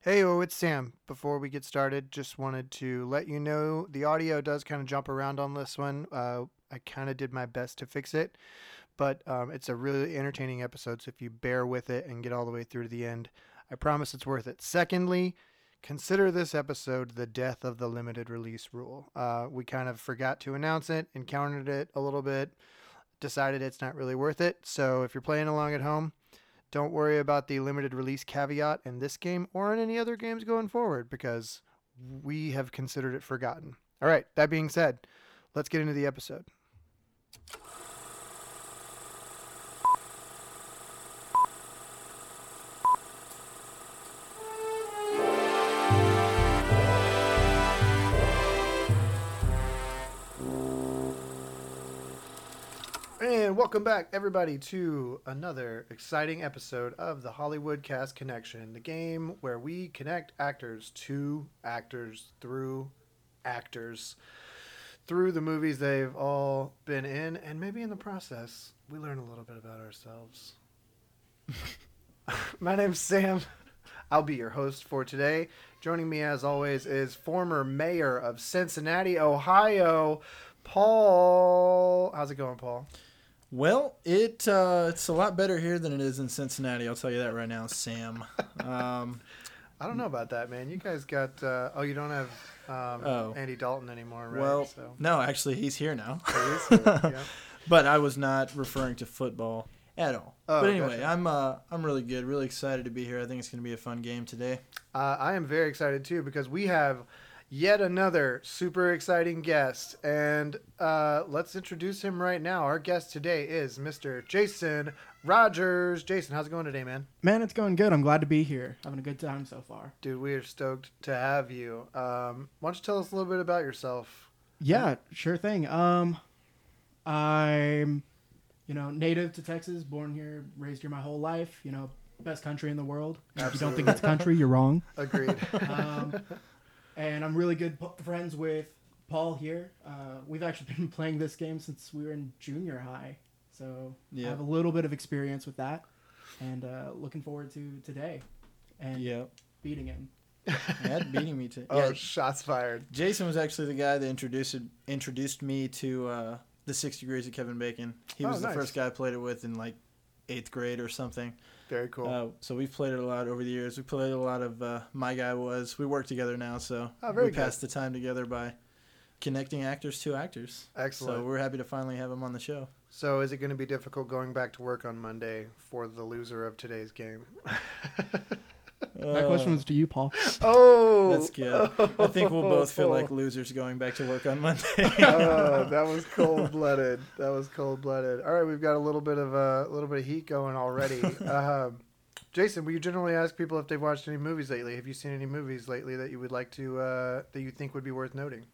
Hey, oh, it's Sam. Before we get started, just wanted to let you know the audio does kind of jump around on this one. Uh, I kind of did my best to fix it, but um, it's a really entertaining episode. So if you bear with it and get all the way through to the end, I promise it's worth it. Secondly, consider this episode the death of the limited release rule. Uh, we kind of forgot to announce it, encountered it a little bit, decided it's not really worth it. So if you're playing along at home, don't worry about the limited release caveat in this game or in any other games going forward because we have considered it forgotten. All right, that being said, let's get into the episode. And welcome back, everybody, to another exciting episode of the Hollywood Cast Connection, the game where we connect actors to actors through actors, through the movies they've all been in, and maybe in the process, we learn a little bit about ourselves. My name's Sam. I'll be your host for today. Joining me, as always, is former mayor of Cincinnati, Ohio, Paul. How's it going, Paul? Well, it uh, it's a lot better here than it is in Cincinnati. I'll tell you that right now, Sam. Um, I don't know about that, man. You guys got uh, oh, you don't have um, Oh. Andy Dalton anymore, right? well, so no, actually, he's here now. He is here, yeah. but I was not referring to football at all. Oh, but anyway, gotcha. I'm uh, I'm really good. Really excited to be here. I think it's going to be a fun game today. uh, I am very excited too because we have yet another super exciting guest, and uh, let's introduce him right now. Our guest today is Mr. Jason Rogers. Jason, how's it going today, man? Man, it's going good. I'm glad to be here. Having a good time so far. Dude, we are stoked to have you. Um, why don't you tell us a little bit about yourself? Yeah, sure thing. Um, I'm, you know, native to Texas, born here, raised here my whole life. You know, best country in the world. If you don't think it's country, you're wrong. Agreed. Um, and I'm really good p- friends with Paul here. Uh, we've actually been playing this game since we were in junior high, so Yeah. I have a little bit of experience with that. And uh, looking forward to today and Yeah, beating him. that beating me to. oh, yeah, shots fired. Jason was actually the guy that introduced introduced me to uh, the Six Degrees of Kevin Bacon. He Oh, was nice. the first guy I played it with in like eighth grade or something. Very cool. Uh, so we've played it a lot over the years. We played a lot of uh, My Guy Was. We work together now, so Oh, very we pass the time together by connecting actors to actors. Excellent. So we're happy to finally have him on the show. So is it going to be difficult going back to work on Monday for the loser of today's game? My question was to you, Paul. oh, Uh, That's good. I think we'll both feel like losers going back to work on Monday. oh, that was cold blooded. That was cold blooded. All right, we've got a little bit of uh, a little bit of heat going already. um, Jason, will you generally ask people if they've watched any movies lately? Have you seen any movies lately that you would like to uh, that you think would be worth noting?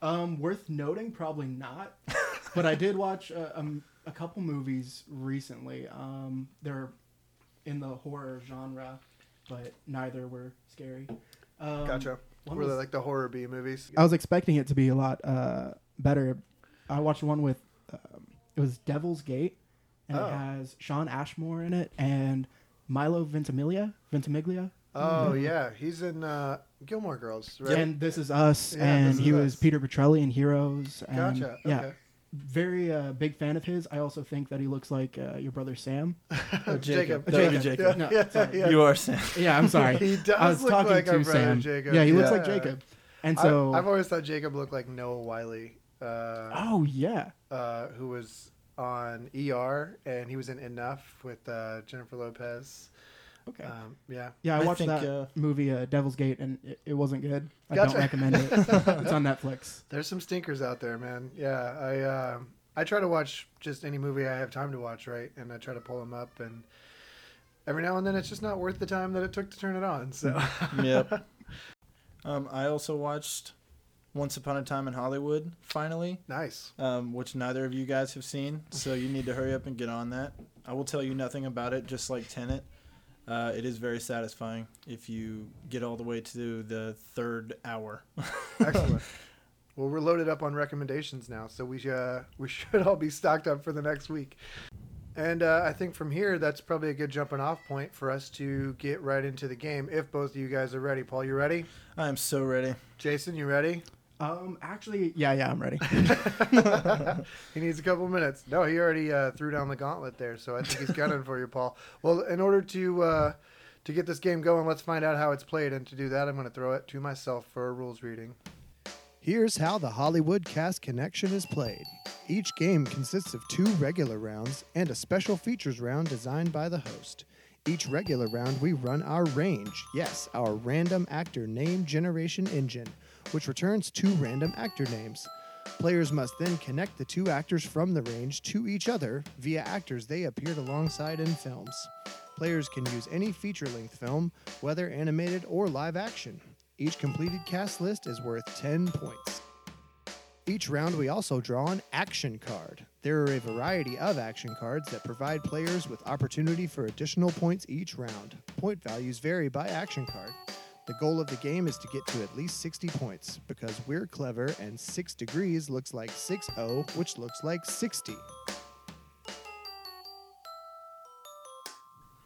Um, worth noting, probably not. but I did watch a, um, a couple movies recently. Um, they're in the horror genre, but neither were scary. Um, Gotcha. one really was- like the horror B movies. I was expecting it to be a lot uh, better. I watched one with um, it was Devil's Gate, and Oh. it has Sean Ashmore in it and Milo Ventimiglia. Ventimiglia. Oh yeah, he's in uh, Gilmore Girls, right? And this is us, Yeah, This and Is he was Us. Peter Petrelli in Heroes. And, um, Gotcha. Yeah, Okay. very uh, big fan of his. I also think that he looks like uh, your brother Sam. Oh, Jacob. Jacob. That would be Jacob. Jacob. No, Yeah, sorry. yeah. You are Sam. Yeah, I'm sorry. He does I was look talking like to our brother Sam. Jacob, Yeah, he looks yeah. like Jacob. And I- so, I've always thought Jacob looked like Noah Wiley, uh, oh yeah, uh, who was on ER and he was in Enough with uh, Jennifer Lopez. okay. Um, yeah, yeah, I, I watched think, that uh, movie uh, Devil's Gate, and it, it wasn't good. I Gotcha. don't recommend it. it's on Netflix. there's some stinkers out there, man. Yeah, I uh, I try to watch just any movie I have time to watch, right? And I try to pull them up, and every now and then it's just not worth the time that it took to turn it on. So Mm-hmm. yep. Um, I also watched Once Upon a Time in Hollywood, finally. nice. um, which neither of you guys have seen, so you need to hurry up and get on that. I will tell you nothing about it, just like Tenet. Uh, it is very satisfying if you get all the way to the third hour. Excellent. well, we're loaded up on recommendations now, so we uh, we should all be stocked up for the next week. And uh, I think from here, that's probably a good jumping off point for us to get right into the game if both of you guys are ready. Paul, you ready? I am so ready. Jason, you ready? Um, actually, yeah, yeah, I'm ready. he needs a couple minutes. No, he already uh, threw down the gauntlet there, so I think he's gunning for you, Paul. Well, in order to uh, to get this game going, let's find out how it's played, and to do that, I'm going to throw it to myself for a rules reading. Here's how the Hollywood Cast Connection is played. Each game consists of two regular rounds and a special features round designed by the host. Each regular round, we run our range, yes, our random actor name generation engine, which returns two random actor names. Players must then connect the two actors from the range to each other via actors they appeared alongside in films. Players can use any feature length film, whether animated or live action. Each completed cast list is worth 10 points. Each round, we also draw an action card. There are a variety of action cards that provide players with opportunity for additional points each round. Point values vary by action card. The goal of the game is to get to at least 60 points because we're clever and 6 degrees looks like 60, which looks like 60.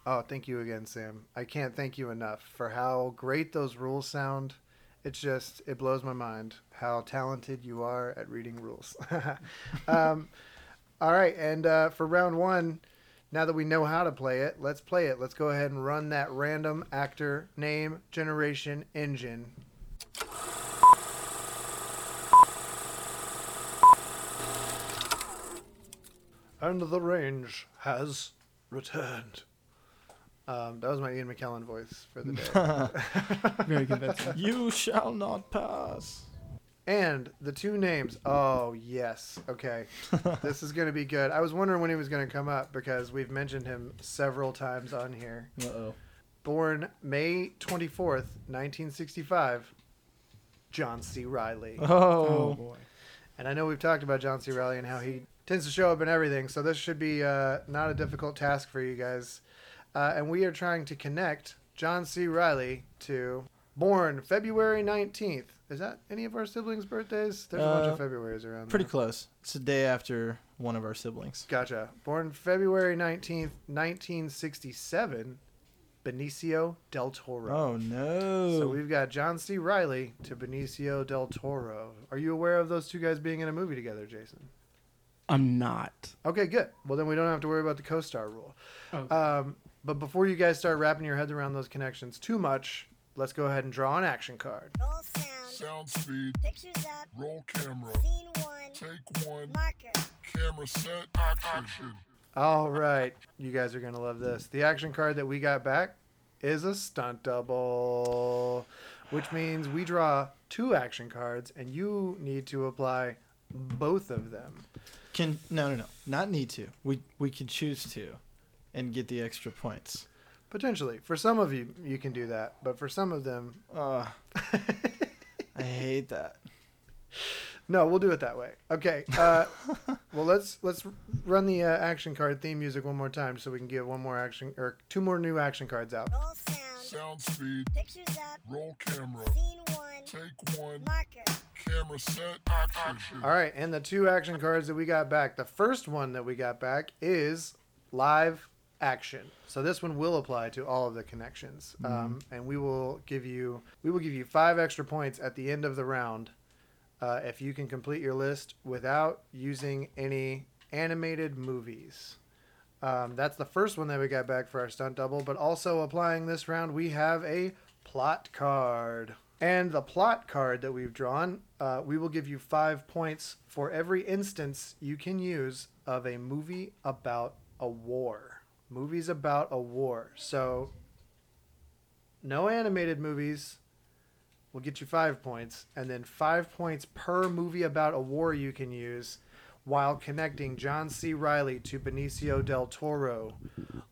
Oh, thank you again, Sam. I can't thank you enough for how great those rules sound. It's just, it blows my mind how talented you are at reading rules. um, all right, and uh, for round one, now that we know how to play it, let's play it. Let's go ahead and run that random actor name generation engine. And the range has returned. Um, that was my Ian McKellen voice for the day. Very convincing. You shall not pass. and the two names. Oh, yes. Okay. this is going to be good. I was wondering when he was going to come up because we've mentioned him several times on here. Uh oh. Born May 24th, 1965, John C. Riley. Oh Oh. boy. And I know we've talked about John C. Riley and how he tends to show up in everything, so this should be uh, not a difficult task for you guys. Uh, and we are trying to connect John C. Riley to born February 19th. Is that any of our siblings' birthdays? There's a bunch of Uh, Februarys around. Pretty there. close. It's the day after one of our siblings. Gotcha. Born February 19th, 1967, Benicio del Toro. Oh no. So we've got John C. Riley to Benicio del Toro. Are you aware of those two guys being in a movie together, Jason? I'm not. Okay, good. Well, then we don't have to worry about the co-star rule. Okay. Um, but before you guys start wrapping your heads around those connections too much, let's go ahead and draw an action card. Roll sound. Sound speed, Pictures up. roll camera, Scene one. take one, Marker. camera set, action. All right, you guys are gonna love this. The action card that we got back is a stunt double, which means we draw two action cards, and you need to apply both of them. Can no no no. Not need to. We we can choose to, and get the extra points. Potentially, for some of you, you can do that, but for some of them, Uh, I hate that. No, we'll do it that way. Okay. Uh, well, let's let's run the uh, action card theme music one more time so we can get one more action or two more new action cards out. Roll sound. Sound speed, Pictures up. roll camera, Scene one. take one, Marker. camera set, action. All right, and the two action cards that we got back. The first one that we got back is live action. So this one will apply to all of the connections, um, and we will give you we will give you five extra points at the end of the round uh, if you can complete your list without using any animated movies. Um, that's the first one that we got back for our stunt double, but also applying this round, we have a plot card. And the plot card that we've drawn, uh, we will give you five points for every instance you can use of a movie about a war. Movies about a war. So, no animated movies will get you five points, and then five points per movie about a war you can use while connecting John C. Riley to Benicio del Toro.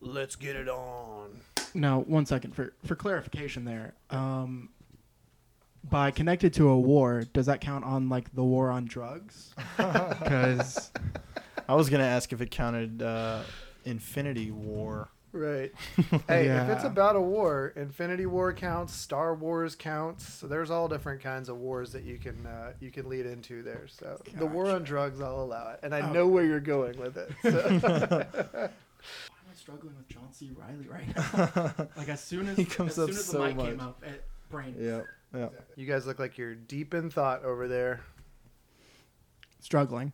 Let's get it on. Now, one second for for clarification there. Um, by connected to a war, does that count on like the war on drugs? Because I was gonna ask if it counted uh, Infinity War Right. Hey, if it's Yeah. about a war, Infinity War counts, Star Wars counts. So there's all different kinds of wars that you can uh, you can lead into there. So the war on drugs, I'll allow it, and I Oh. know where you're going with it. So. Why am I struggling with John C. Riley right now? like as soon as He comes as up soon as so the mic came much. up, it brain yeah, yeah. you guys look like you're deep in thought over there. struggling.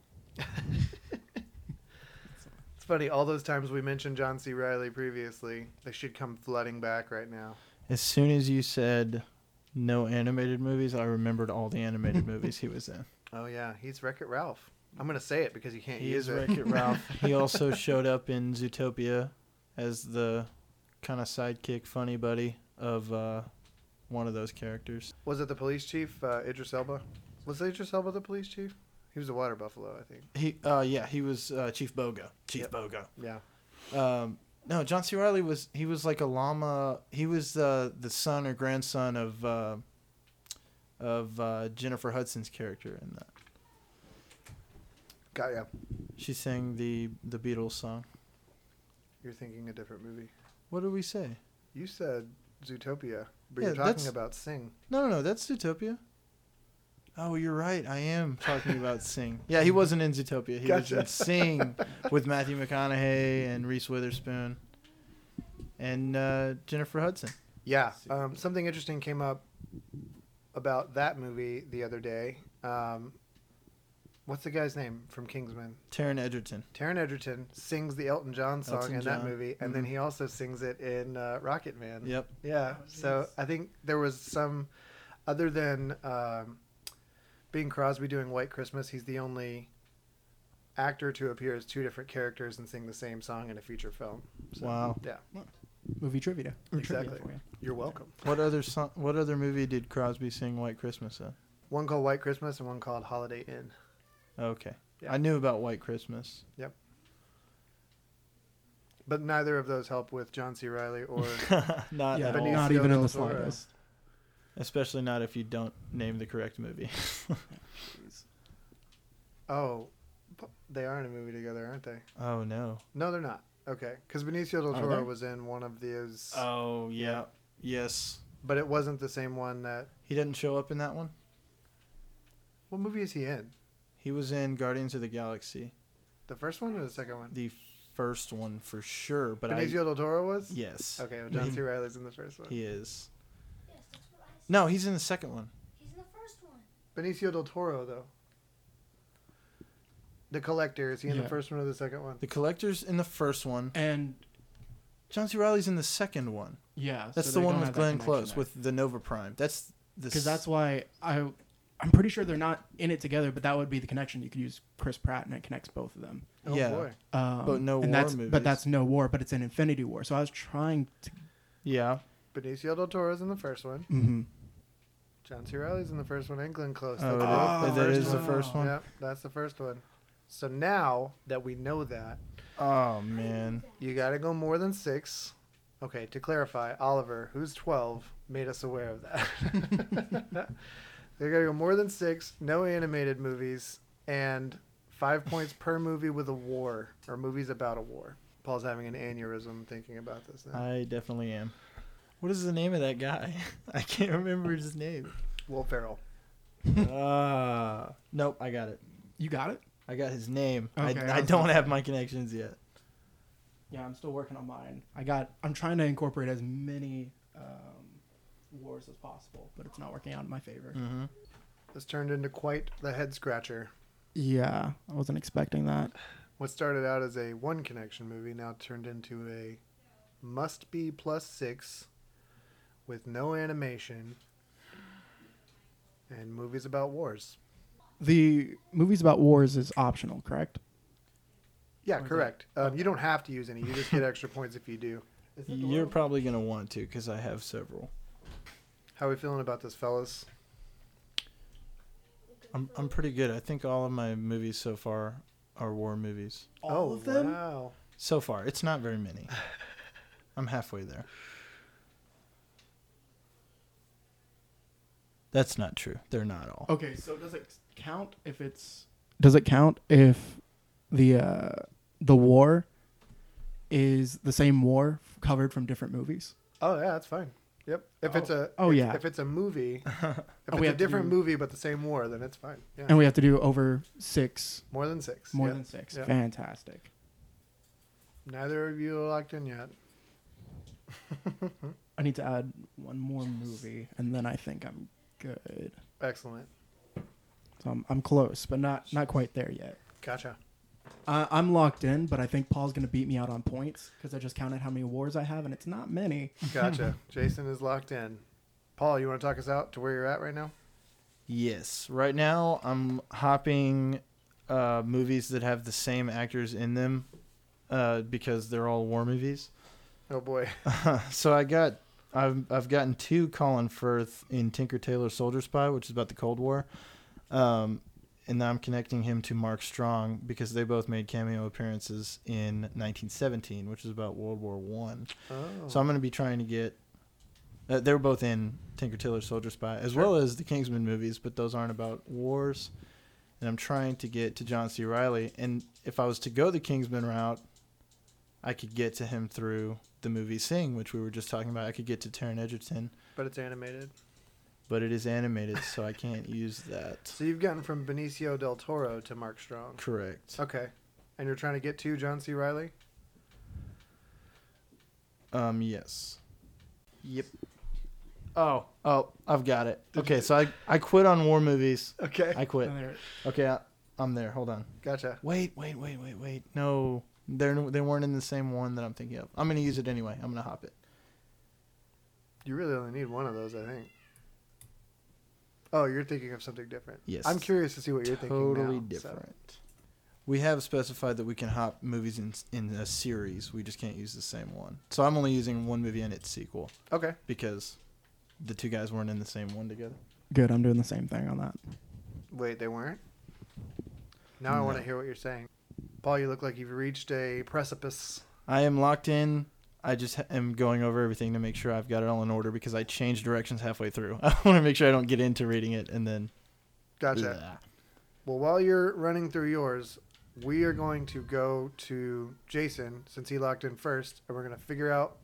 It's funny. All those times we mentioned John C. Riley previously, they should come flooding back right now. As soon as you said no animated movies, I remembered all the animated movies he was in. Oh yeah, he's Wreck It Ralph. I'm gonna say it because you can't He use is it. Wreck It Ralph. he also showed up in Zootopia as the kind of sidekick, funny buddy of uh, one of those characters. Was it the police chief, uh, Idris Elba? Was Idris Elba the police chief? He was a water buffalo, I think. He, uh, yeah, he was uh, Chief Boga. Chief Yep. Boga. Yeah. Um, no, John C. Riley was he was like a llama. He was uh, the son or grandson of uh, of uh, Jennifer Hudson's character in that. Got ya. She sang the the Beatles song. You're thinking a different movie. What did we say? You said Zootopia, but Yeah, you're talking that's- about Sing. No, no, no. That's Zootopia. Oh, you're right. I am talking about Sing. Yeah, he wasn't in Zootopia. He Gotcha. was in Sing with Matthew McConaughey and Reese Witherspoon and uh, Jennifer Hudson. Yeah. Um, something interesting came up about that movie the other day. Um, what's the guy's name from Kingsman? Taryn Edgerton. Taron Egerton sings the Elton John song Elton in that John. Mm-hmm. movie, and then he also sings it in uh, Rocket Man. Yep. Yeah. Oh, so jeez. I think there was some, other than um, Bing Crosby doing White Christmas, he's the only actor to appear as two different characters and sing the same song in a feature film. So, Wow. Yeah. Movie trivia. Exactly. You're welcome. What other song? What other movie did Crosby sing White Christmas in? One called White Christmas and one called Holiday Inn. Okay. Yeah. I knew about White Christmas. But neither of those help with John C. Riley or Not yeah, at Benicio all. not even in del the Toro. slightest. Especially not if you don't name the correct movie. oh, p- they are in a movie together, aren't they? oh no. No, they're not. Okay, because Benicio del Are Toro they? was in one of these, Oh yeah. Yes. but it wasn't the same one that. He didn't show up in that one. What movie is he in? He was in Guardians of the Galaxy, The first one or the second one? the first one for sure. But I Benicio del Toro was. yes, Okay, well, John He- C. Riley's in the first one. he is. Yes, that's what I said. No, he's in the second one. He's in the first one. Benicio del Toro, though. The Collector is he in the Yeah. first one or the second one? The Collector's in the first one. And John C. Riley's in the second one. yeah, That's the one with Glenn Close with the Nova Prime. That's the because that's why I I'm pretty sure they're not in it together, but that would be the connection. You could use Chris Pratt and it connects both of them. Oh yeah. boy, Um, But no and war that's, movies. But that's no war. But it's an Infinity War. So I was trying to. yeah. Benicio del Toro's in the first one. Mm-hmm. John C. Riley's in the first one, and Glenn Close. Oh, That's that- the that first is the one. first one. Yep, that's the first one. So now that we know that, Oh man. You gotta go more than six. Okay, to clarify, Oliver, who's 12, made us aware of that. they gotta go more than six, no animated movies, and five points per movie with a war, or movies about a war. Paul's having an aneurysm thinking about this now. I definitely am. What is the name of that guy? I can't remember his name. Will Ferrell. Ah. nope, I got it. You got it. I got his name. Okay, I, I I was don't have my connections yet. Yeah, I'm still working on mine. I got. I'm trying to incorporate as many um, wars as possible, but it's not working out in my favor. Mm-hmm. This turned into quite the head scratcher. Yeah, I wasn't expecting that. What started out as a one connection movie now turned into a must be plus six with no animation and movies about wars. The movies about wars is optional, correct? Yeah, Or is it- correct. Um, you don't have to use any. You just get extra points if you do. You're probably gonna want to because I have several. How are we feeling about this, fellas? I'm I'm pretty good. I think all of my movies so far are war movies. All oh, of them? Wow. So far, it's not very many. I'm halfway there. That's not true. They're not all. Okay, so does it count if it's? Does it count if the uh, the war is the same war covered from different movies. Oh yeah, that's fine. Yep. If it's a Oh, if- yeah. Oh, if it's a movie, if we it's a have to different do- movie but the same war, then it's fine. Yeah. And we have to do over six, more than six. more yeah. than six. Yeah. Fantastic. Neither of you are locked in yet. I need to add one more movie, and then I think I'm good. Excellent. So I'm, I'm close, but not not quite there yet. Gotcha. I I'm locked in, but I think Paul's gonna beat me out on points because I just counted how many wars I have, and it's not many. Gotcha. Jason is locked in. Paul, you want to talk us out to where you're at right now? Yes. Right now, I'm hopping uh, movies that have the same actors in them uh, because they're all war movies. Oh boy. so I got, I've I've gotten two Colin Firth in Tinker Tailor Soldier Spy, which is about the Cold War, um, and now I'm connecting him to Mark Strong because they both made cameo appearances in 1917, which is about World War One. Oh. So I'm going to be trying to get. Uh, they were both in Tinker Tailor Soldier Spy, as well as the Kingsman movies, but those aren't about wars. And I'm trying to get to John C. Riley. And if I was to go the Kingsman route, I could get to him through the movie Sing, which we were just talking about. I could get to Taron Egerton, but it's animated. but it is animated, so I can't use that. So you've gotten from Benicio del Toro to Mark Strong. Correct. Okay. And you're trying to get to John C. Riley? Um. Yes. Yep. Oh. Oh. I've got it. Okay. So I I quit on war movies. Okay. I quit. Another- Okay. I, I'm there. Hold on. Gotcha. Wait, wait, wait, wait, wait. No, they're they weren't in the same one that I'm thinking of. I'm gonna use it anyway. I'm gonna hop it. You really only need one of those, I think. Oh, you're thinking of something different. Yes. I'm curious to see what you're thinking. totally now, so- different. We have specified that we can hop movies in in a series. We just can't use the same one. So I'm only using one movie and its sequel Okay. because the two guys weren't in the same one together. Good. I'm doing the same thing on that. Wait, they weren't? Now I want to No. hear what you're saying. Paul, you look like you've reached a precipice. I am locked in. I just ha- am going over everything to make sure I've got it all in order because I changed directions halfway through. I want to make sure I don't get into reading it and then. Gotcha. Ugh. Well, while you're running through yours, we are going to go to Jason since he locked in first, and we're going to figure out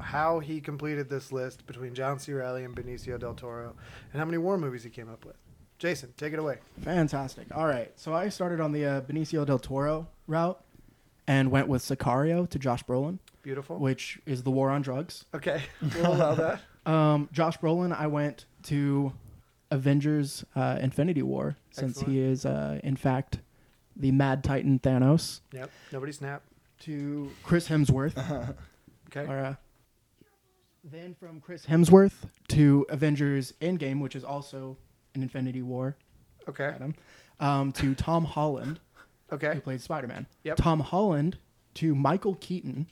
how he completed this list between John C. Riley and Benicio del Toro, and how many war movies he came up with. Jason, take it away. Fantastic. All right. So I started on the uh, Benicio del Toro route and went with Sicario to Josh Brolin, Beautiful. which is the war on drugs. Okay, we'll allow that. Um, Josh Brolin, I went to Avengers uh, Infinity War since he is, uh, in fact, the Mad Titan Thanos. Yep. Nobody snap. To Chris Hemsworth. Okay. or, uh, then from Chris Hemsworth to Avengers Endgame, which is also an Infinity War Okay. item, um, to Tom Holland. Okay. who played Spider Man. Yep. Tom Holland to Michael Keaton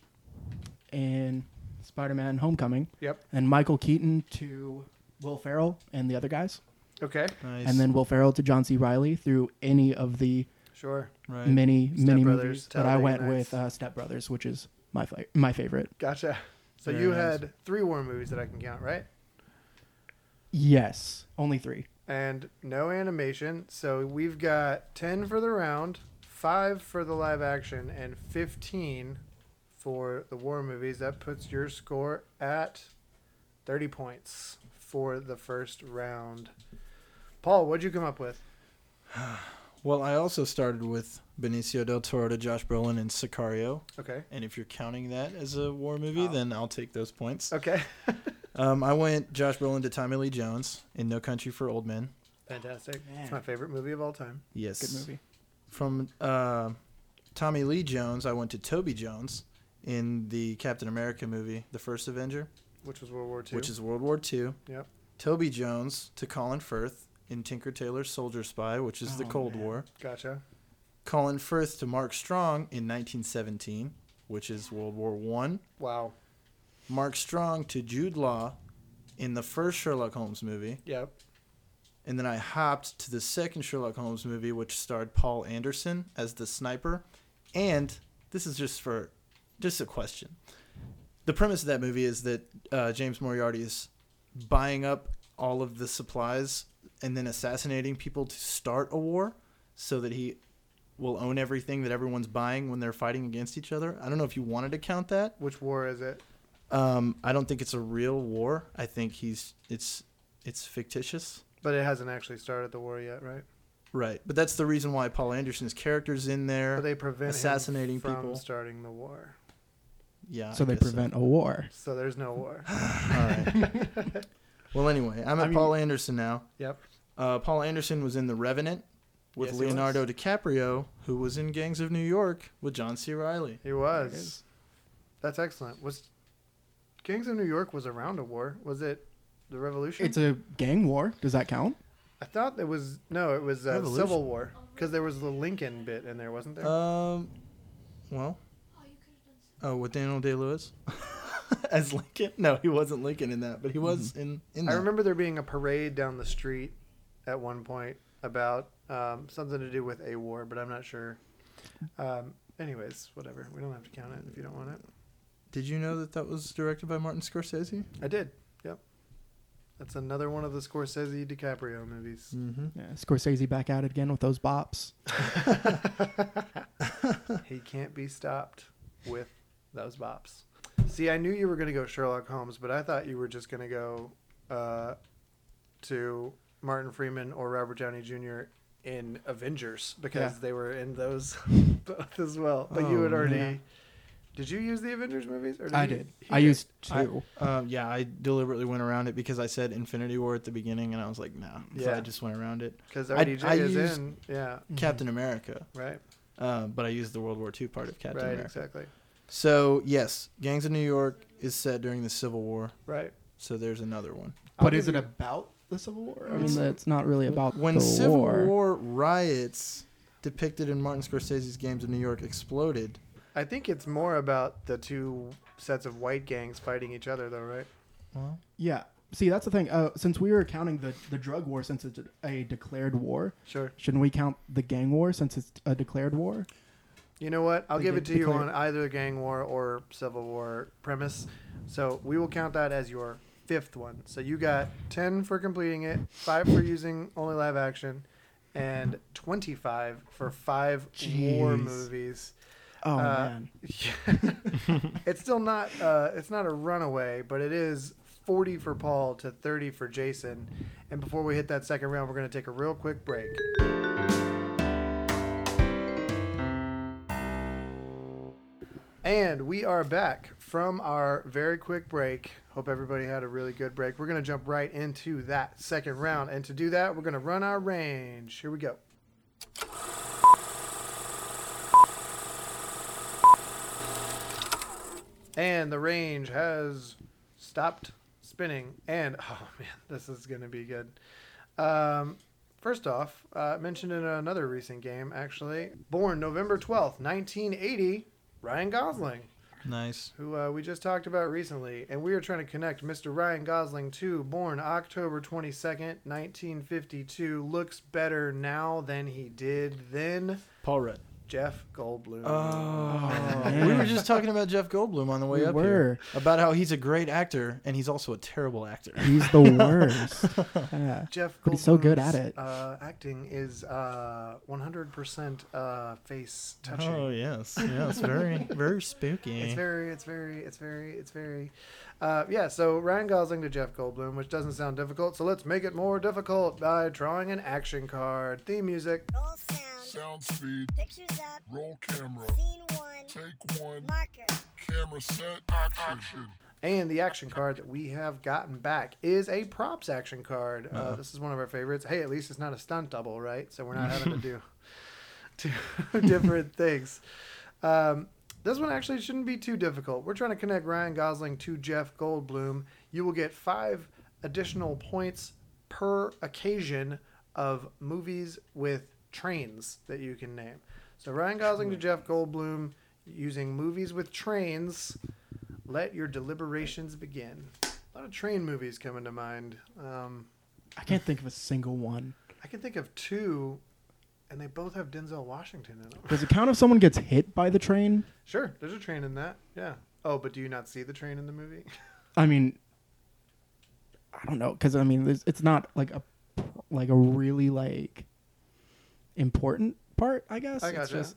in Spider Man Homecoming, Yep. and Michael Keaton to Will Ferrell and the other guys, Okay. Nice. and then Will Ferrell to John C. Riley through any of the Sure. right. many Step many Brothers, movies that I Talladega went Nights. with uh, Step Brothers, which is my fi- my favorite. Gotcha. So Very you nice. had three war movies that I can count, right? Yes, only three. and no animation. So we've got 10 for the round, 5 for the live action, and 15 for the war movies. That puts your score at 30 points for the first round. Paul, what'd you come up with? Well, I also started with Benicio del Toro to Josh Brolin in Sicario, Okay. and if you're counting that as a war movie, Oh. then I'll take those points. Okay. Um, I went Josh Brolin to Tommy Lee Jones in No Country for Old Men. Fantastic. It's Man. my favorite movie of all time. Yes. Good movie. From uh, Tommy Lee Jones, I went to Toby Jones in the Captain America movie, The First Avenger, Which was World War II. which is World War II. Yep. Toby Jones to Colin Firth in Tinker Tailor Soldier Spy, which is the Oh, Cold man. War. Gotcha. Colin Firth to Mark Strong in 1917, which is World War One. Wow. Mark Strong to Jude Law in the first Sherlock Holmes movie, Yep. and then I hopped to the second Sherlock Holmes movie, which starred Paul Anderson as the sniper. And this is just for just a question. The premise of that movie is that uh, James Moriarty is buying up all of the supplies and then assassinating people to start a war, so that he will own everything that everyone's buying when they're fighting against each other. I don't know if you wanted to count that. Which war is it? Um, I don't think it's a real war. I think he's it's it's fictitious. But it hasn't actually started the war yet, right? Right, but that's the reason why Paul Anderson's character's in there. But they prevent him Assassinating from people. starting the war. yeah, so I they guess prevent a war. So there's no war. All right. well, anyway, I'm at I mean- Paul Anderson now. yep. Uh, Paul Anderson was in The Revenant with Yes, he Leonardo DiCaprio, who was in Gangs of New York with John C. Riley. He was. That's excellent. Was Gangs of New York was around a war? Was it the Revolution? It's a gang war. Does that count? I thought it was no, it was uh, Revolution. Civil War because there was the Lincoln bit in there, wasn't there? Um, well, Oh, you could have done something. oh, with Daniel Day Lewis as Lincoln. No, he wasn't Lincoln in that, but he was in in. That. I remember there being a parade down the street at one point about um, something to do with a war, but I'm not sure. Um, anyways, whatever. We don't have to count it if you don't want it. Did you know that that was directed by Martin Scorsese? I did. Yep. That's another one of the Scorsese DiCaprio movies. Mm-hmm. Yeah, Scorsese back out again with those bops. he can't be stopped with those bops. See, I knew you were going to go Sherlock Holmes, but I thought you were just going to go uh, to Martin Freeman or Robert Downey Jr. in Avengers because Yeah. they were in those both as well. But you Oh, had already. yeah. Did you use the Avengers movies? Or I you- did. he I used I- two. Um, yeah, I deliberately went around it because I said Infinity War at the beginning, and I was like, nah. So Yeah. I just went around it. because I- RDJ I is used- in. Yeah. Captain America. Right. Um, but I used the World War II part of Captain right. America. Exactly. So yes, Gangs of New York is set during the Civil War. Right. So there's another one. I'll But is give it you- about the Civil War? I mean, it's not really about When the Civil War. war. riots depicted in Martin Scorsese's Gangs of New York exploded, I think it's more about the two sets of white gangs fighting each other, though, right? well, Yeah. See, that's the thing. Uh, since we were counting the, the drug war since it's a declared war, Sure. shouldn't we count the gang war since it's a declared war? You know what? I'll They give it did to you declare- on either gang war or civil war premise. So we will count that as your fifth one. So you got 10 for completing it, 5 for using only live action, and 25 for five war Jeez. movies. Oh Uh, man. it's still not uh, it's not a runaway, but it is 40 for Paul to 30 for Jason. And before we hit that second round, we're going to take a real quick break. And we are back from our very quick break. Hope everybody had a really good break. We're going to jump right into that second round. And to do that, we're going to run our range. Here we go. And the range has stopped spinning. And oh man, this is going to be good. Um, first off, uh, mentioned in another recent game, actually, born November 12th, 1980, Ryan Gosling, nice. who uh, we just talked about recently. And we are trying to connect Mr. Ryan Gosling to born October 22nd, 1952, looks better now than he did then. Paul Rudd. Jeff Goldblum. Oh, we were just talking about Jeff Goldblum on the way We up were. here about how he's a great actor and he's also a terrible actor. He's the worst. Yeah. Jeff But he's so good at Goldblum's, it. Uh, acting is uh, 100% uh, face touching. Oh yes, yes, very, very spooky. It's very, it's very, it's very, it's very. Uh, yeah, so Ryan Gosling to Jeff Goldblum, which doesn't sound difficult, so let's make it more difficult by drawing an action card. Theme music. Roll sound. Sound speed. Pictures up. Roll camera. Scene one. Take one. Marker. Camera set. Action. And the action card that we have gotten back is a props action card. Uh, Uh-oh. This is one of our favorites. Hey, at least it's not a stunt double, right? So we're not having to do two different things. Um, this one actually shouldn't be too difficult. We're trying to connect Ryan Gosling to Jeff Goldblum. You will get five additional points per occasion of movies with trains that you can name. So Ryan Gosling to Jeff Goldblum using movies with trains. Let your deliberations begin. A lot of train movies coming to mind. Um, I can't think of a single one. I can think of two, and they both have Denzel Washington in them. Does it count if someone gets hit by the train? Sure, there's a train in that. Yeah. Oh, but do you not see the train in the movie? I mean, I don't know because I mean, there's- it's not like a like a really like important part, I guess. I It's gotcha. just-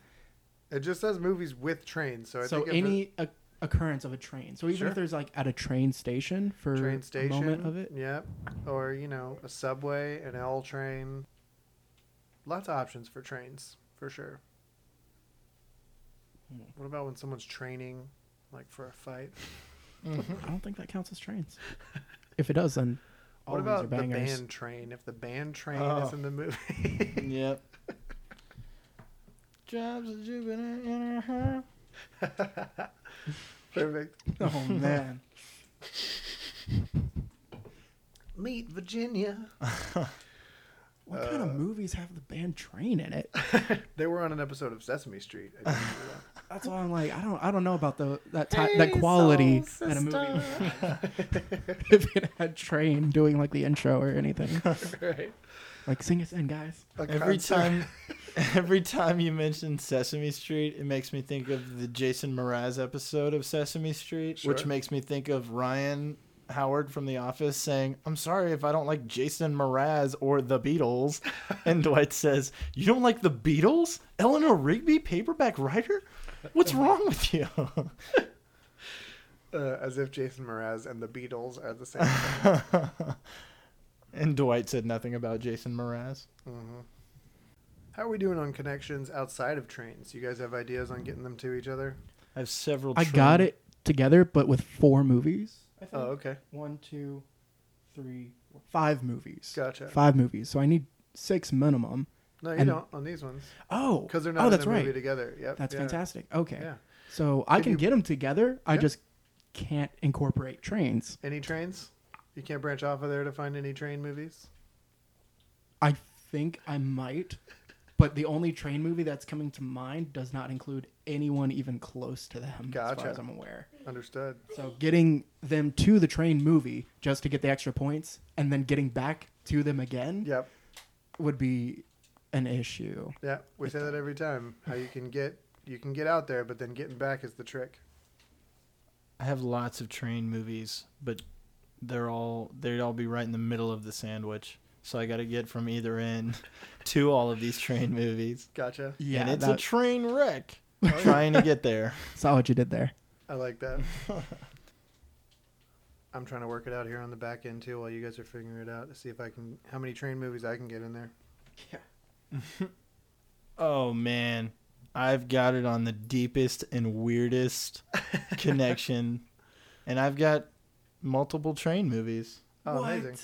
It just says movies with trains, so I so think if it- any o- occurrence of a train. So even Sure. if there's like at a train station for train station a moment of it. Yep. Or you know a subway, an L train. Lots of options for trains for sure. Hmm. What about when someone's training, like for a fight? I don't think that counts as trains. If it does, then all What of these about are the bangers. band train? If the band train Oh. is in the movie, Yep. Jobs a juvenile in her home. perfect. Oh man, Meet Virginia. what kind Uh, of movies have the band train in it? They were on an episode of Sesame Street. I didn't know that. That's why I'm like, I don't, I don't know about the that ti that quality that a movie. would have if it had train doing like the intro or anything, right. like sing us in, guys. A Every concert. time, every time you mention Sesame Street, it makes me think of the Jason Mraz episode of Sesame Street, which Sure. makes me think of Ryan Howard from The Office saying, "I'm sorry if I don't like Jason Mraz or the Beatles," and Dwight says, "You don't like the Beatles? Eleanor Rigby, paperback writer? What's wrong with you?" uh, as if Jason Mraz and the Beatles are the same. and Dwight said nothing about Jason Mraz. How are we doing on connections outside of trains? You guys have ideas on getting them to each other? I have several. I got train- it together, but with four movies. I Oh, okay. One, two, three, four, five movies. Gotcha. Five movies. So I need six minimum. No, you And- don't on these ones Oh, because they're not oh, in that's the movie right. together. Yep. That's yeah. fantastic. Okay, Yeah. so I Could can you- get them together. I Yeah. just can't incorporate trains. Any trains? You can't branch off of there to find any train movies. I think I might, but the only train movie that's coming to mind does not include anyone even close to them, as Gotcha. far as I'm aware. Understood. So getting them to the train movie just to get the extra points, and then getting back to them again Yep. would be an issue. Yeah. We say that every time. How you can get you can get out there, but then getting back is the trick. I have lots of train movies, but they're all they'd all be right in the middle of the sandwich. So I got to get from either end to all of these train movies. Gotcha. Yeah, and it's a that- train wreck trying to get there. saw what you did there. I like that. I'm trying to work it out here on the back end too, while you guys are figuring it out to see if I can how many train movies I can get in there. Oh man, I've got it on the deepest and weirdest connection, and I've got multiple train movies. Oh, amazing.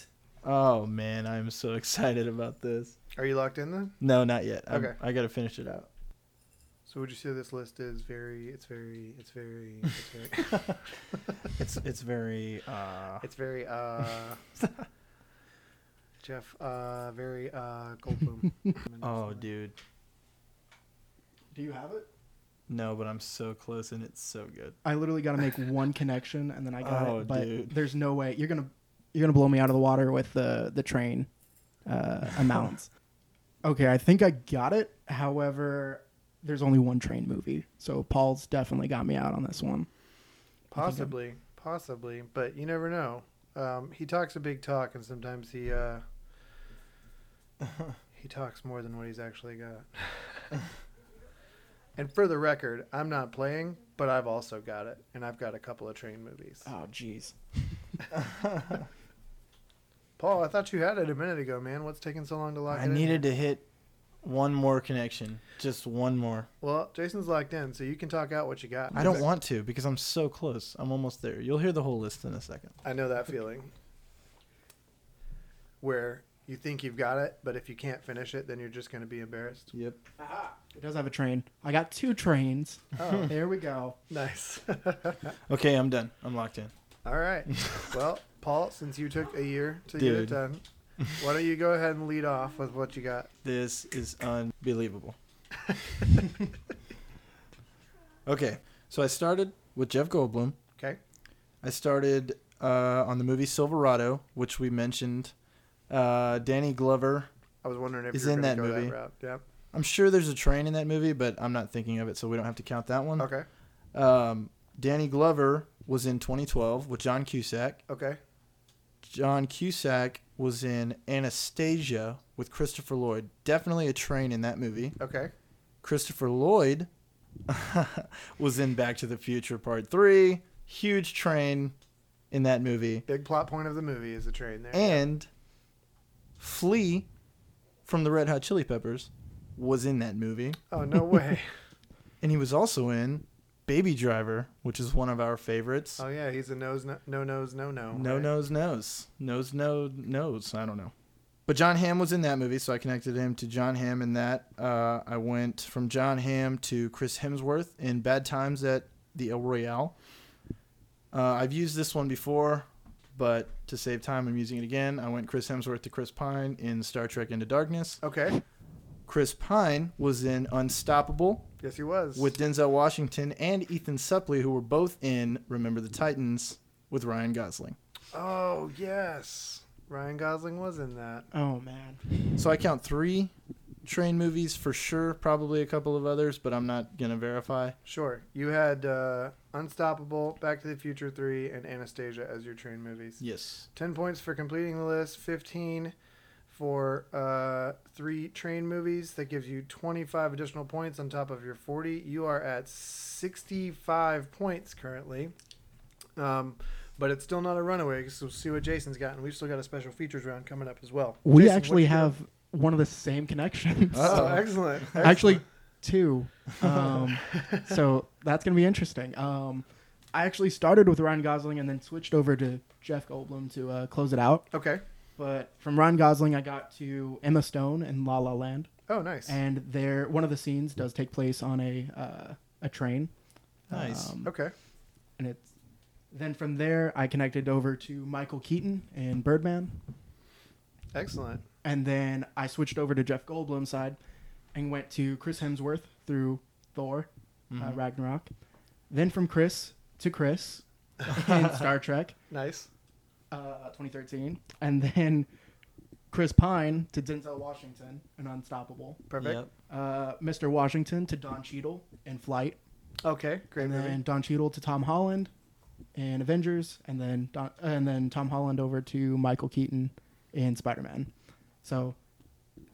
Oh man, I'm so excited about this. Are you locked in then? No, not yet. I'm- Okay. I got to finish it out. So would you say this list is very? It's very. It's very. It's very. It's it's very uh it's very. Uh, Jeff. Uh, very. Uh, Goldblum. oh dude. Do you have it? No, but I'm so close and it's so good. I literally got to make one connection and then I got Oh, it. But dude. there's no way you're gonna you're gonna blow me out of the water with the the train uh, amounts. okay, I think I got it. However, there's only one train movie, so Paul's definitely got me out on this one. Possibly. Possibly. But you never know. Um, he talks a big talk, and sometimes he. Uh, he talks more than what he's actually got. and for the record, I'm not playing, but I've also got it, and I've got a couple of train movies. Oh, jeez. Paul, I thought you had it a minute ago, man. What's taking so long to lock I it in? needed to hit one more connection. Just one more. Well, Jason's locked in, so you can talk out what you got. I don't want to because I'm so close. I'm almost there. You'll hear the whole list in a second. I know that feeling. Where you think you've got it, but if you can't finish it, then you're just going to be embarrassed. Yep. It does have a train. I got two trains. Oh. there we go. Nice. Okay, I'm done. I'm locked in. All right. Well, Paul, since you took a year to get it Dude. done, why don't you go ahead and lead off with what you got? This is unbelievable. okay, so I started with Jeff Goldblum. Okay. I started uh, on the movie Silverado, which we mentioned. Uh, Danny Glover. I was wondering if Is you're in going that to go movie. that route. Yeah. I'm sure there's a train in that movie, but I'm not thinking of it, so we don't have to count that one. Okay. Um, Danny Glover was in 2012 with John Cusack. Okay. John Cusack was in Anastasia with Christopher Lloyd. Definitely a train in that movie. Okay. Christopher Lloyd was in Back to the Future Part 3. Huge train in that movie. Big plot point of the movie is the train there. And Flea from the Red Hot Chili Peppers was in that movie. oh no way! And he was also in Baby Driver, which is one of our favorites. Oh yeah, he's a nose no no nose no no. No right? nose nose nose no nose. I don't know. But John Hamm was in that movie, so I connected him to John Hamm in that. Uh, I went from John Hamm to Chris Hemsworth in Bad Times at the El Royale. Uh, I've used this one before, but to save time, I'm using it again. I went Chris Hemsworth to Chris Pine in Star Trek Into Darkness. Okay. Chris Pine was in Unstoppable Yes, he was. with Denzel Washington and Ethan Suplee, who were both in Remember the Titans with Ryan Gosling. oh yes, Ryan Gosling was in that. Oh man. So I count three train movies for sure, probably a couple of others, but I'm not gonna verify. Sure. You had uh, Unstoppable, Back to the Future Three, and Anastasia as your train movies. Yes. 10 points for completing the list, 15 for uh, three train movies. That gives you 25 additional points on top of your 40. You are at 65 points currently. Um, but it's still not a runaway, so we'll see what Jason's got. And we've still got a special features round coming up as well. We Jason, actually what you have one of the same connections. got? Uh-oh. Oh, excellent. actually two um, so that's going to be interesting um, i actually started with ryan gosling and then switched over to jeff goldblum to uh, close it out Okay. but from ryan gosling i got to emma stone and la la land Oh, nice. and there one of the scenes does take place on a uh, a train Nice. Um, okay. and it's then from there i connected over to michael keaton and birdman Excellent. and then i switched over to jeff goldblum's side and went to chris hemsworth through thor uh, Ragnarok. Then from Chris to Chris in Star Trek Nice. uh, 2013. And then Chris Pine to Denzel Washington in Unstoppable. Perfect. Yep. Uh, Mr. Washington to Don Cheadle in Flight. Okay. Great and movie. then Don Cheadle to Tom Holland in Avengers. And then, Don, uh, and then Tom Holland over to Michael Keaton in Spider Man. So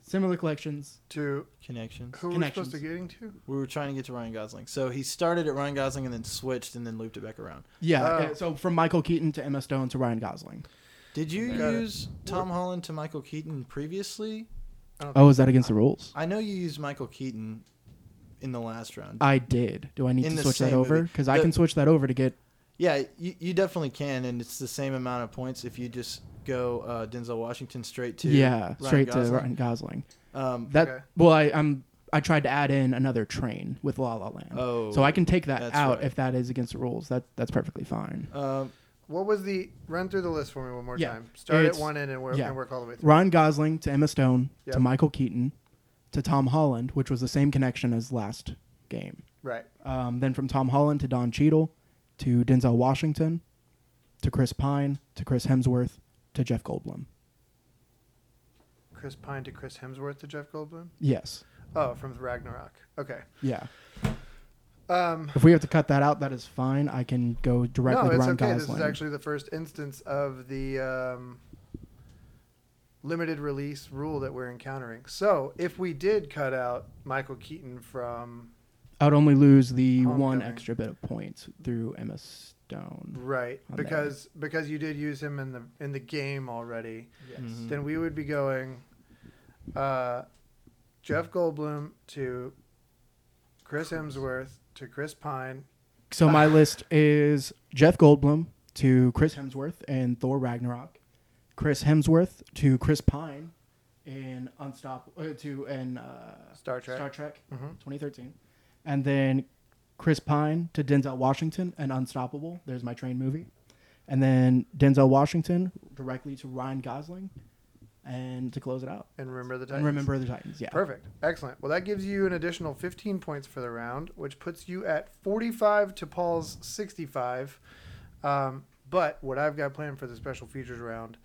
similar collections. to Connections. who are we supposed Connections. to getting to? We were trying to get to Ryan Gosling, so he started at Ryan Gosling and then switched and then looped it back around. Yeah. Oh. uh, So from Michael Keaton to Emma Stone to Ryan Gosling. Did you Got it. use Tom Holland to Michael Keaton previously? Oh, is that against the rules? I know you used Michael Keaton in the last round. I did. Do I need In the to switch that same over? movie. Because I The- can switch that over to get. yeah, you, you definitely can, and it's the same amount of points if you just go uh, Denzel Washington straight to yeah, Ryan straight to Gosling. Ryan Gosling. Um, That Okay. well, I, I'm I tried to add in another train with La La Land. Oh, so I can take that that's out right. if that is against the rules. That that's perfectly fine. um, What was the run through the list for me one more Yeah. time? Start at It's- one end and work, yeah. and work all the way through. Ryan Gosling to Emma Stone Yep. to Michael Keaton to Tom Holland, which was the same connection as last game. Right. Um, then from Tom Holland to Don Cheadle to Denzel Washington to Chris Pine to Chris Hemsworth to Jeff Goldblum. Chris Pine to Chris Hemsworth to Jeff Goldblum. Yes. Oh, from Ragnarok. Okay. Yeah. Um, If we have to cut that out, that is fine. I can go directly no, to it's Ryan okay. This Gosling. is actually the first instance of the um, limited release rule that we're encountering. So, if we did cut out Michael Keaton from I'd only lose the one Homecoming. extra bit of points through Emma Stone. right On that one. because because you did use him in the in the game already, Yes. mhm. then we would be going uh, Jeff Goldblum to Chris Hemsworth to Chris Pine. So my list is Jeff Goldblum to Chris Hemsworth and Thor Ragnarok, Chris Hemsworth to Chris Pine in Unstoppable uh, to in uh, Star Trek. Star Trek Mhm. 2013, and then Chris Pine to Denzel Washington and Unstoppable. There's my train movie, and then Denzel Washington directly to Ryan Gosling, and to close it out. And remember the And Titans. remember the Titans. Yeah. Perfect. Excellent. Well, that gives you an additional 15 points for the round, which puts you at 45 to Paul's 65. Um, but what I've got planned for the special features round,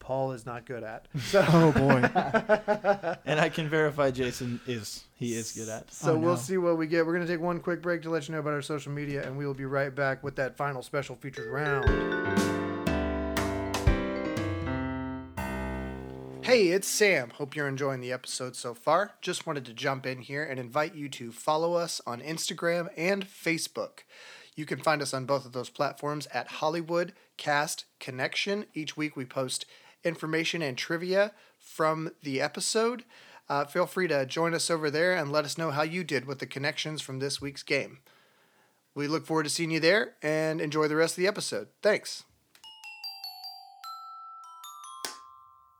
Paul is not good at. So, Oh boy. and I can verify Jason is he is good at. so Oh, we'll no. see what we get. We're going to take one quick break to let you know about our social media, and we will be right back with that final special features round. Hey, it's Sam. Hope you're enjoying the episode so far. Just wanted to jump in here and invite you to follow us on Instagram and Facebook. You can find us on both of those platforms at Hollywood Cast Connection. Each week we post information and trivia from the episode. Uh, feel free to join us over there and let us know how you did with the connections from this week's game. We look forward to seeing you there and enjoy the rest of the episode. Thanks.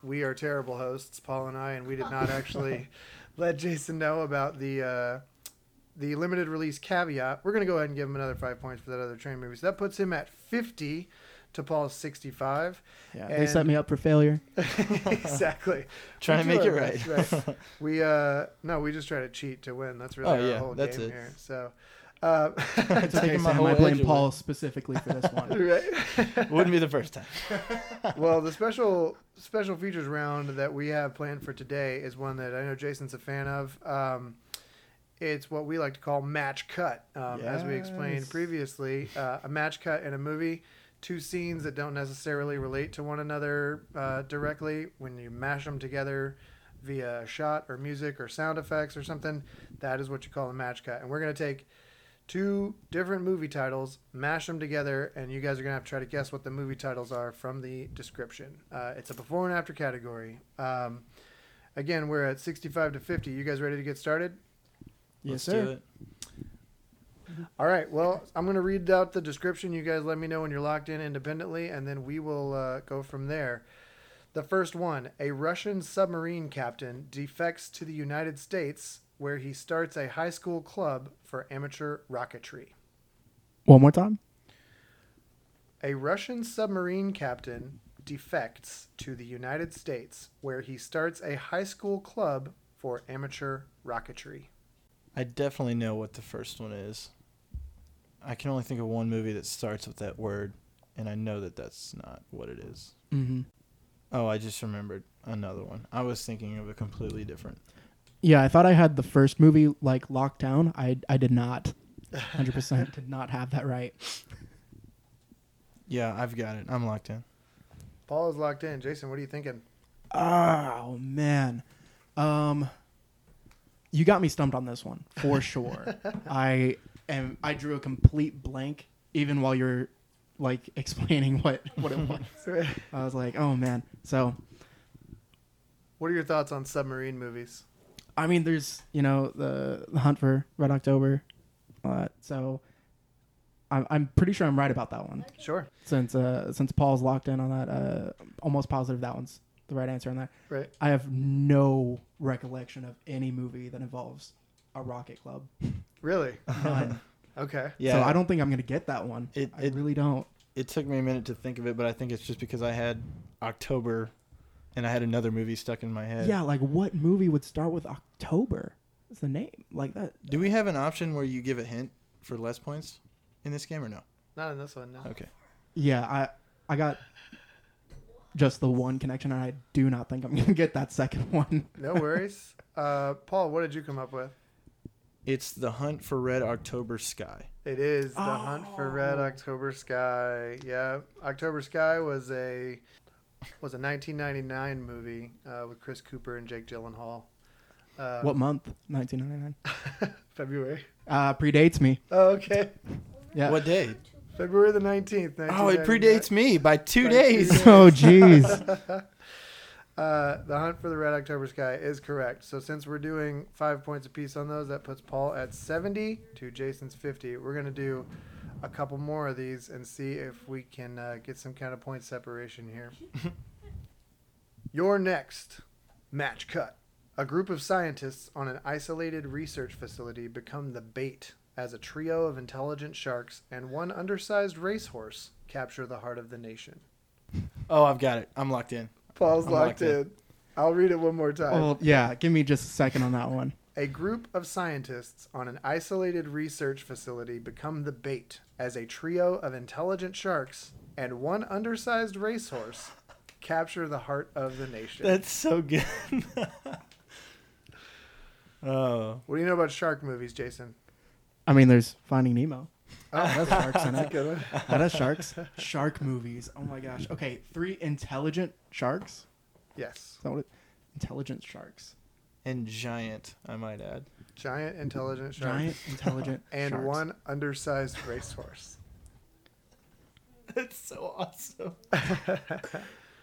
We are terrible hosts, Paul and I, and we did not Oh. actually let Jason know about the uh, the limited release caveat. We're going to go ahead and give him another five points for that other train movie. So that puts him at 50 to Paul's 65. Yeah, And- they set me up for failure. exactly. Trying We to make do our it right. best, right. we uh no, we just try to cheat to win. That's really Oh, our yeah, whole that's game it. here. So, uh, It's It's okay, taking my Sam. whole I edge blame away. Paul specifically for this one. right. Wouldn't be the first time. well, the special special features round that we have planned for today is one that I know Jason's a fan of. Um, it's what we like to call match cut, um, as we explained Yes. previously. Uh, a match cut in a movie, two scenes that don't necessarily relate to one another uh, directly. When you mash them together via a shot or music or sound effects or something, that is what you call a match cut. And we're gonna take two different movie titles, mash them together, and you guys are gonna have to try to guess what the movie titles are from the description. Uh, it's a before and after category. Um, again, we're at 65 to 50. You guys ready to get started? Let's yes, do sir. it. All right. Well, I'm gonna read out the description. You guys let me know when you're locked in independently, and then we will uh, go from there. The first one: A Russian submarine captain defects to the United States, where he starts a high school club for amateur rocketry. One more time. A Russian submarine captain defects to the United States, where he starts a high school club for amateur rocketry. I definitely know what the first one is. I can only think of one movie that starts with that word, and I know that that's not what it is. Mm-hmm. Oh, I just remembered another one. I was thinking of a completely different. Yeah, I thought I had the first movie like locked down. I I did not. 100% did not have that right. Yeah, I've got it. I'm locked in. Paul is locked in. Jason, what are you thinking? Oh man. Um you got me stumped on this one for sure. I am I drew a complete blank even while you're like explaining what what it was. I was like, "Oh man." So, What are your thoughts on submarine movies? I mean, there's, you know, the, the hunt for Red October. Uh, so I'm, I'm pretty sure I'm right about that one. Sure. since uh since Paul's locked in on that, uh, almost positive that one's the right answer on that. Right. I have no recollection of any movie that involves a rocket club. Really? None. Okay. Yeah, So I don't think I'm gonna get that one. It- I it- really don't. It took me a minute to think of it, but I think it's just because I had October, and I had another movie stuck in my head. Yeah, like what movie would start with October? It's the name like that. Do we have an option where you give a hint for less points in this game or no? Not in this one, no. Okay. Yeah, I I got just the one connection, and I do not think I'm gonna get that second one. No worries. Uh, Paul, what did you come up with? It's The Hunt for Red October Sky. It is The Hunt for Red Oh. October Sky. Yeah, October Sky was a was a 1999 movie uh, with Chris Cooper and Jake Gyllenhaal. Uh, what month? 1999. February. Uh, predates me. Oh, okay. Yeah. What day? February the 19th. Oh, it 1999. predates me by two By two days. days. Oh, jeez. Uh, the Hunt for the Red October Sky is correct. So since we're doing five points apiece on those, that puts Paul at 70 to Jason's 50. We're going to do a couple more of these and see if we can uh, get some kind of point separation here. Your next match cut. A group of scientists on an isolated research facility become the bait as a trio of intelligent sharks and one undersized racehorse capture the heart of the nation. Oh, I've got it. I'm locked in. Paul's I'm locked locked in. in. I'll read it one more time. Well, yeah. Give me just a second on that one. A group of scientists on an isolated research facility become the bait as a trio of intelligent sharks and one undersized racehorse capture the heart of the nation. That's so good. oh. what do you know about shark movies, Jason? I mean, there's Finding Nemo. Oh, That has sharks in that's a it. good one. That has sharks. Shark movies. Oh my gosh. Okay, three intelligent sharks. Yes. Is that what it? Intelligent sharks. And giant, I might add. Giant intelligent shark. Giant intelligent And sharks. one undersized racehorse. That's so awesome.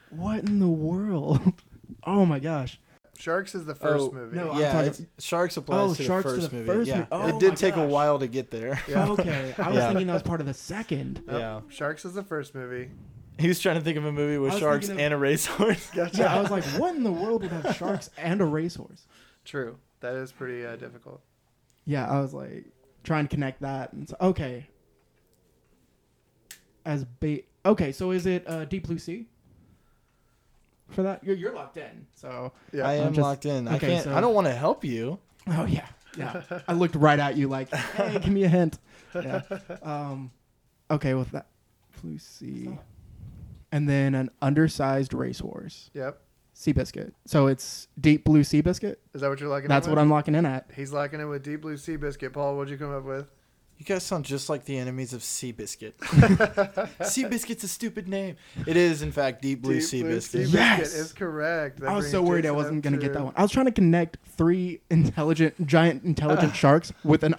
What in the world? Oh my gosh. Sharks is the first Oh, movie. no, I'm yeah, talking- it's, sharks applies Oh, to, Sharks the to first the movie. first yeah, movie. Oh it did my take a gosh. while to get there. Yeah. Okay, I was Yeah. thinking that was part of the second. Nope. Yeah, Sharks is the first movie. he was trying to think of a movie I with was sharks thinking of- and a racehorse. Gotcha. Yeah, I was like, what in the world would have sharks and a racehorse? True. That is pretty uh, difficult. Yeah, I was like trying to connect that. And so, okay. As bait. Okay, so is it uh, Deep Blue Sea? For that, you're, you're locked in. So. Yeah. I I'm am just- locked in. I okay, can't. so- I don't want to help you. Oh yeah, yeah. I looked right at you like, hey, give me a hint. Yeah. Um, okay, with that, blue sea, and then an undersized racehorse, Yep. sea biscuit. So it's deep blue sea biscuit. Is that what you're locking That's in what with? I'm locking in at. He's locking in with Deep Blue Sea Biscuit. Paul, what'd you come up with? You guys sound just like the enemies of Seabiscuit. Seabiscuit's a stupid name. It is, in fact, Deep Blue Deep Blue Sea Seabiscuit. Biscuit Yes! is correct. That I was brings so worried I Jason wasn't up gonna to- get that one. I was trying to connect three intelligent, giant, intelligent sharks with an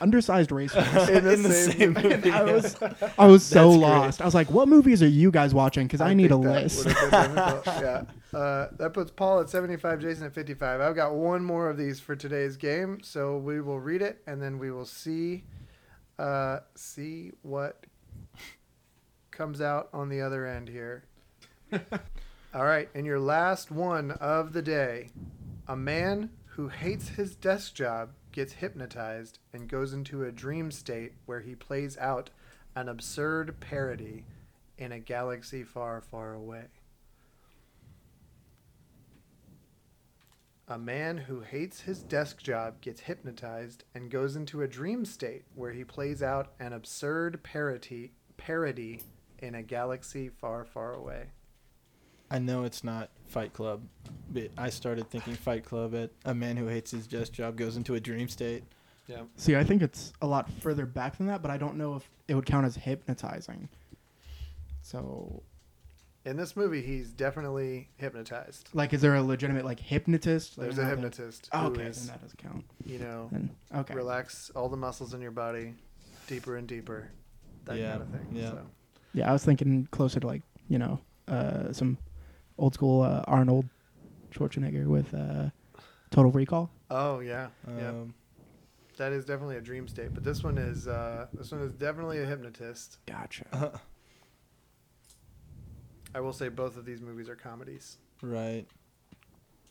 undersized racehorse. In the, In the same, same movie. movie. I was, I was That's so great. lost. I was like, "What movies are you guys watching?" Because I, need a think that list. would've been difficult. yeah. Uh, that puts Paul at 75, Jason at 55. I've got one more of these for today's game, so we will read it and then we will see uh, see what comes out on the other end here. All right, and your last one of the day. A man who hates his desk job gets hypnotized and goes into a dream state where he plays out an absurd parody in a galaxy far, far away. A man who hates his desk job gets hypnotized and goes into a dream state where he plays out an absurd parody parody in a galaxy far, far away. I know it's not Fight Club, but I started thinking Fight Club at a man who hates his desk job goes into a dream state. See, I think it's a lot further back than that, but I don't know if it would count as hypnotizing. So, In this movie, he's definitely hypnotized. like, is there a legitimate like hypnotist? Like, There's a not hypnotist Oh, who okay, is, then that doesn't count. you know, Then okay. relax all the muscles in your body deeper and deeper. That Yeah, kind of thing. yeah. So. Yeah, I was thinking closer to like you know uh, some old school uh, Arnold Schwarzenegger with uh, Total Recall. Oh, yeah. Um, yeah. That is definitely a dream state, but this one is uh, this one is definitely a hypnotist. Gotcha. I will say both of these movies are comedies. Right.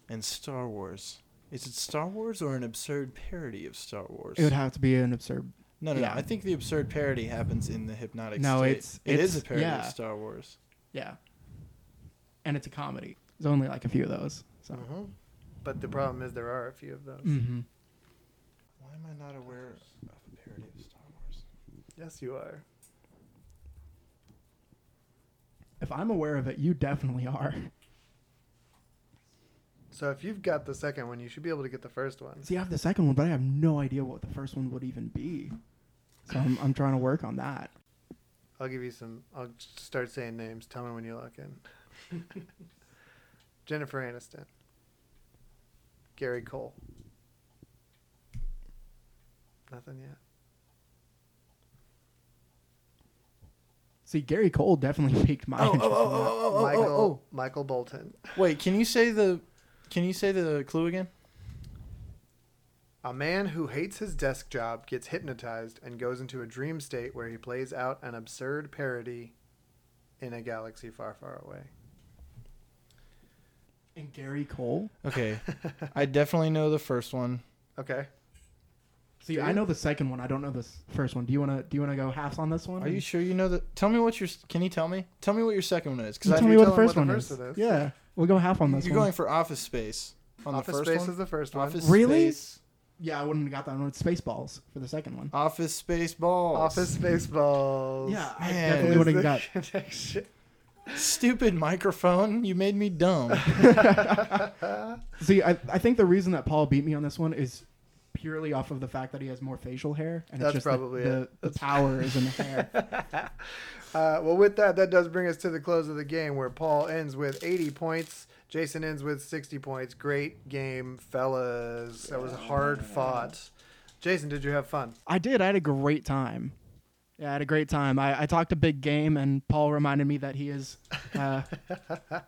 And Star Wars. Is it Star Wars or an absurd parody of Star Wars? It would have to be an absurd. no, no, yeah. no. I think the absurd parody happens in the hypnotic No, state. it's- It is it's- a parody of yeah. Star Wars. Yeah. And it's a comedy. There's only like a few of those. So. But the problem is there are a few of those. Mm-hmm. Why am I not aware of a parody of Star Wars? Yes, you are. If I'm aware of it, you definitely are. So if you've got the second one, you should be able to get the first one. See, I have the second one, but I have no idea what the first one would even be. So I'm, I'm trying to work on that. I'll give you some. I'll start saying names. Tell me when you lock in. Jennifer Aniston, Gary Cole. Nothing yet. See, Gary Cole definitely piqued my Oh, oh, interest. in that. oh, oh, Michael oh, Michael Bolton. oh. Wait, can you say the can you say the clue again? A man who hates his desk job gets hypnotized and goes into a dream state where he plays out an absurd parody in a galaxy far, far away. And Gary Cole? Okay. I definitely know the first one. Okay. See, Yeah. I know the second one. I don't know this first one. Do you wanna do you wanna go halves on this one? Are you sure you know the Tell me what your Can you tell me? Tell me what your second one is Just cuz I tell you me what the tell him first what one the is. first one is. Yeah, we'll go half on this You're one. going for Office Space on Office the first Space one. is the first one. Office Really? Space. yeah, I wouldn't have got that one. It's Spaceballs for the second one. Office Space Balls. Office Spaceballs. Yeah, I Man. definitely Is would the have got. connection. Stupid microphone. You made me dumb. See, I, I think the reason that Paul beat me on this one is purely off of the fact that he has more facial hair, and That's it's just the- probably the, it. the power is in the hair. Uh, well, with that, that does bring us to the close of the game where Paul ends with 80 points, Jason ends with 60 points. Great game, fellas. That was hard fought. Jason, did you have fun? I did. I had a great time. Yeah, I had a great time. I, I talked a big game, and Paul reminded me that he is uh,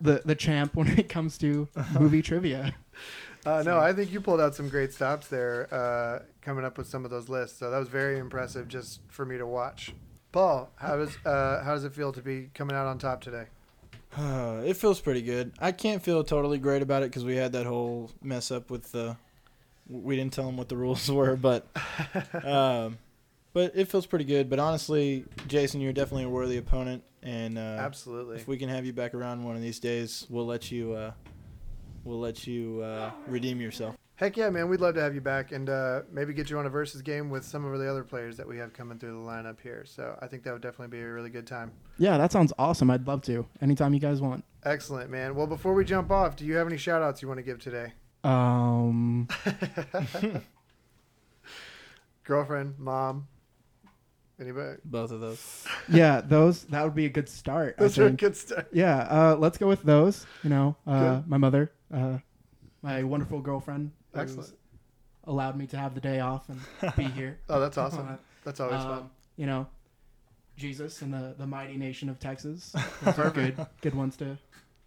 the the champ when it comes to Uh-huh. movie trivia. Uh, no, I think you pulled out some great stops there, uh, coming up with some of those lists. So that was very impressive, just for me to watch. Paul, how does uh, how does it feel to be coming out on top today? it feels pretty good. I can't feel totally great about it because we had that whole mess up with the. We didn't tell them what the rules were, but, um, but it feels pretty good. But honestly, Jason, you're definitely a worthy opponent, and uh, Absolutely. if we can have you back around one of these days, we'll let you. Uh, we'll let you uh, redeem yourself. Heck yeah, man! We'd love to have you back, and uh, maybe get you on a versus game with some of the other players that we have coming through the lineup here. So I think that would definitely be a really good time. Yeah, that sounds awesome. I'd love to. Anytime you guys want. Excellent, man. Well, before we jump off, do you have any shout outs you want to give today? Um, Girlfriend, mom, anybody? Both of those. yeah, those that would be a good start. I Those are a think. good start. Yeah, uh, let's go with those. You know, uh, my mother, uh, my wonderful girlfriend, who's Excellent. allowed me to have the day off and be here. Oh, that's awesome. That's always fun. Um, you know, Jesus and the, the mighty nation of Texas. Those are good, good ones to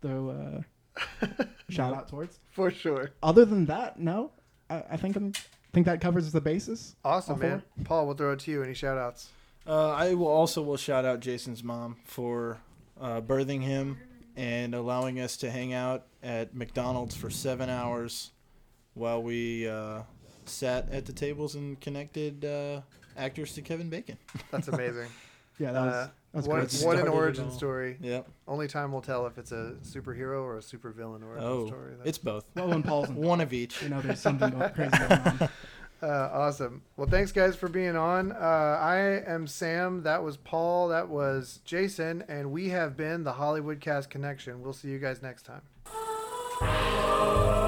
throw uh, shout out towards. For sure. Other than that, no, I, I think I'm think that covers the basis. Awesome, All man. Paul, we'll throw it to you. Any shout outs? Uh, I will also will shout out Jason's mom for uh, birthing him and allowing us to hang out at McDonald's for seven hours while we uh, sat at the tables and connected uh, actors to Kevin Bacon. That's amazing. Yeah, that was, Uh, that was what, great. great. what an Started it origin all. story. Yep. Only time will tell if it's a superhero or a supervillain origin Oh, story. That's- it's both. Well, when Paul's in, One of each. you know, there's something going crazy going on. Uh, awesome. Well, thanks guys for being on. Uh, I am Sam. That was Paul. That was Jason. And we have been the Hollywood Cast Connection. We'll see you guys next time.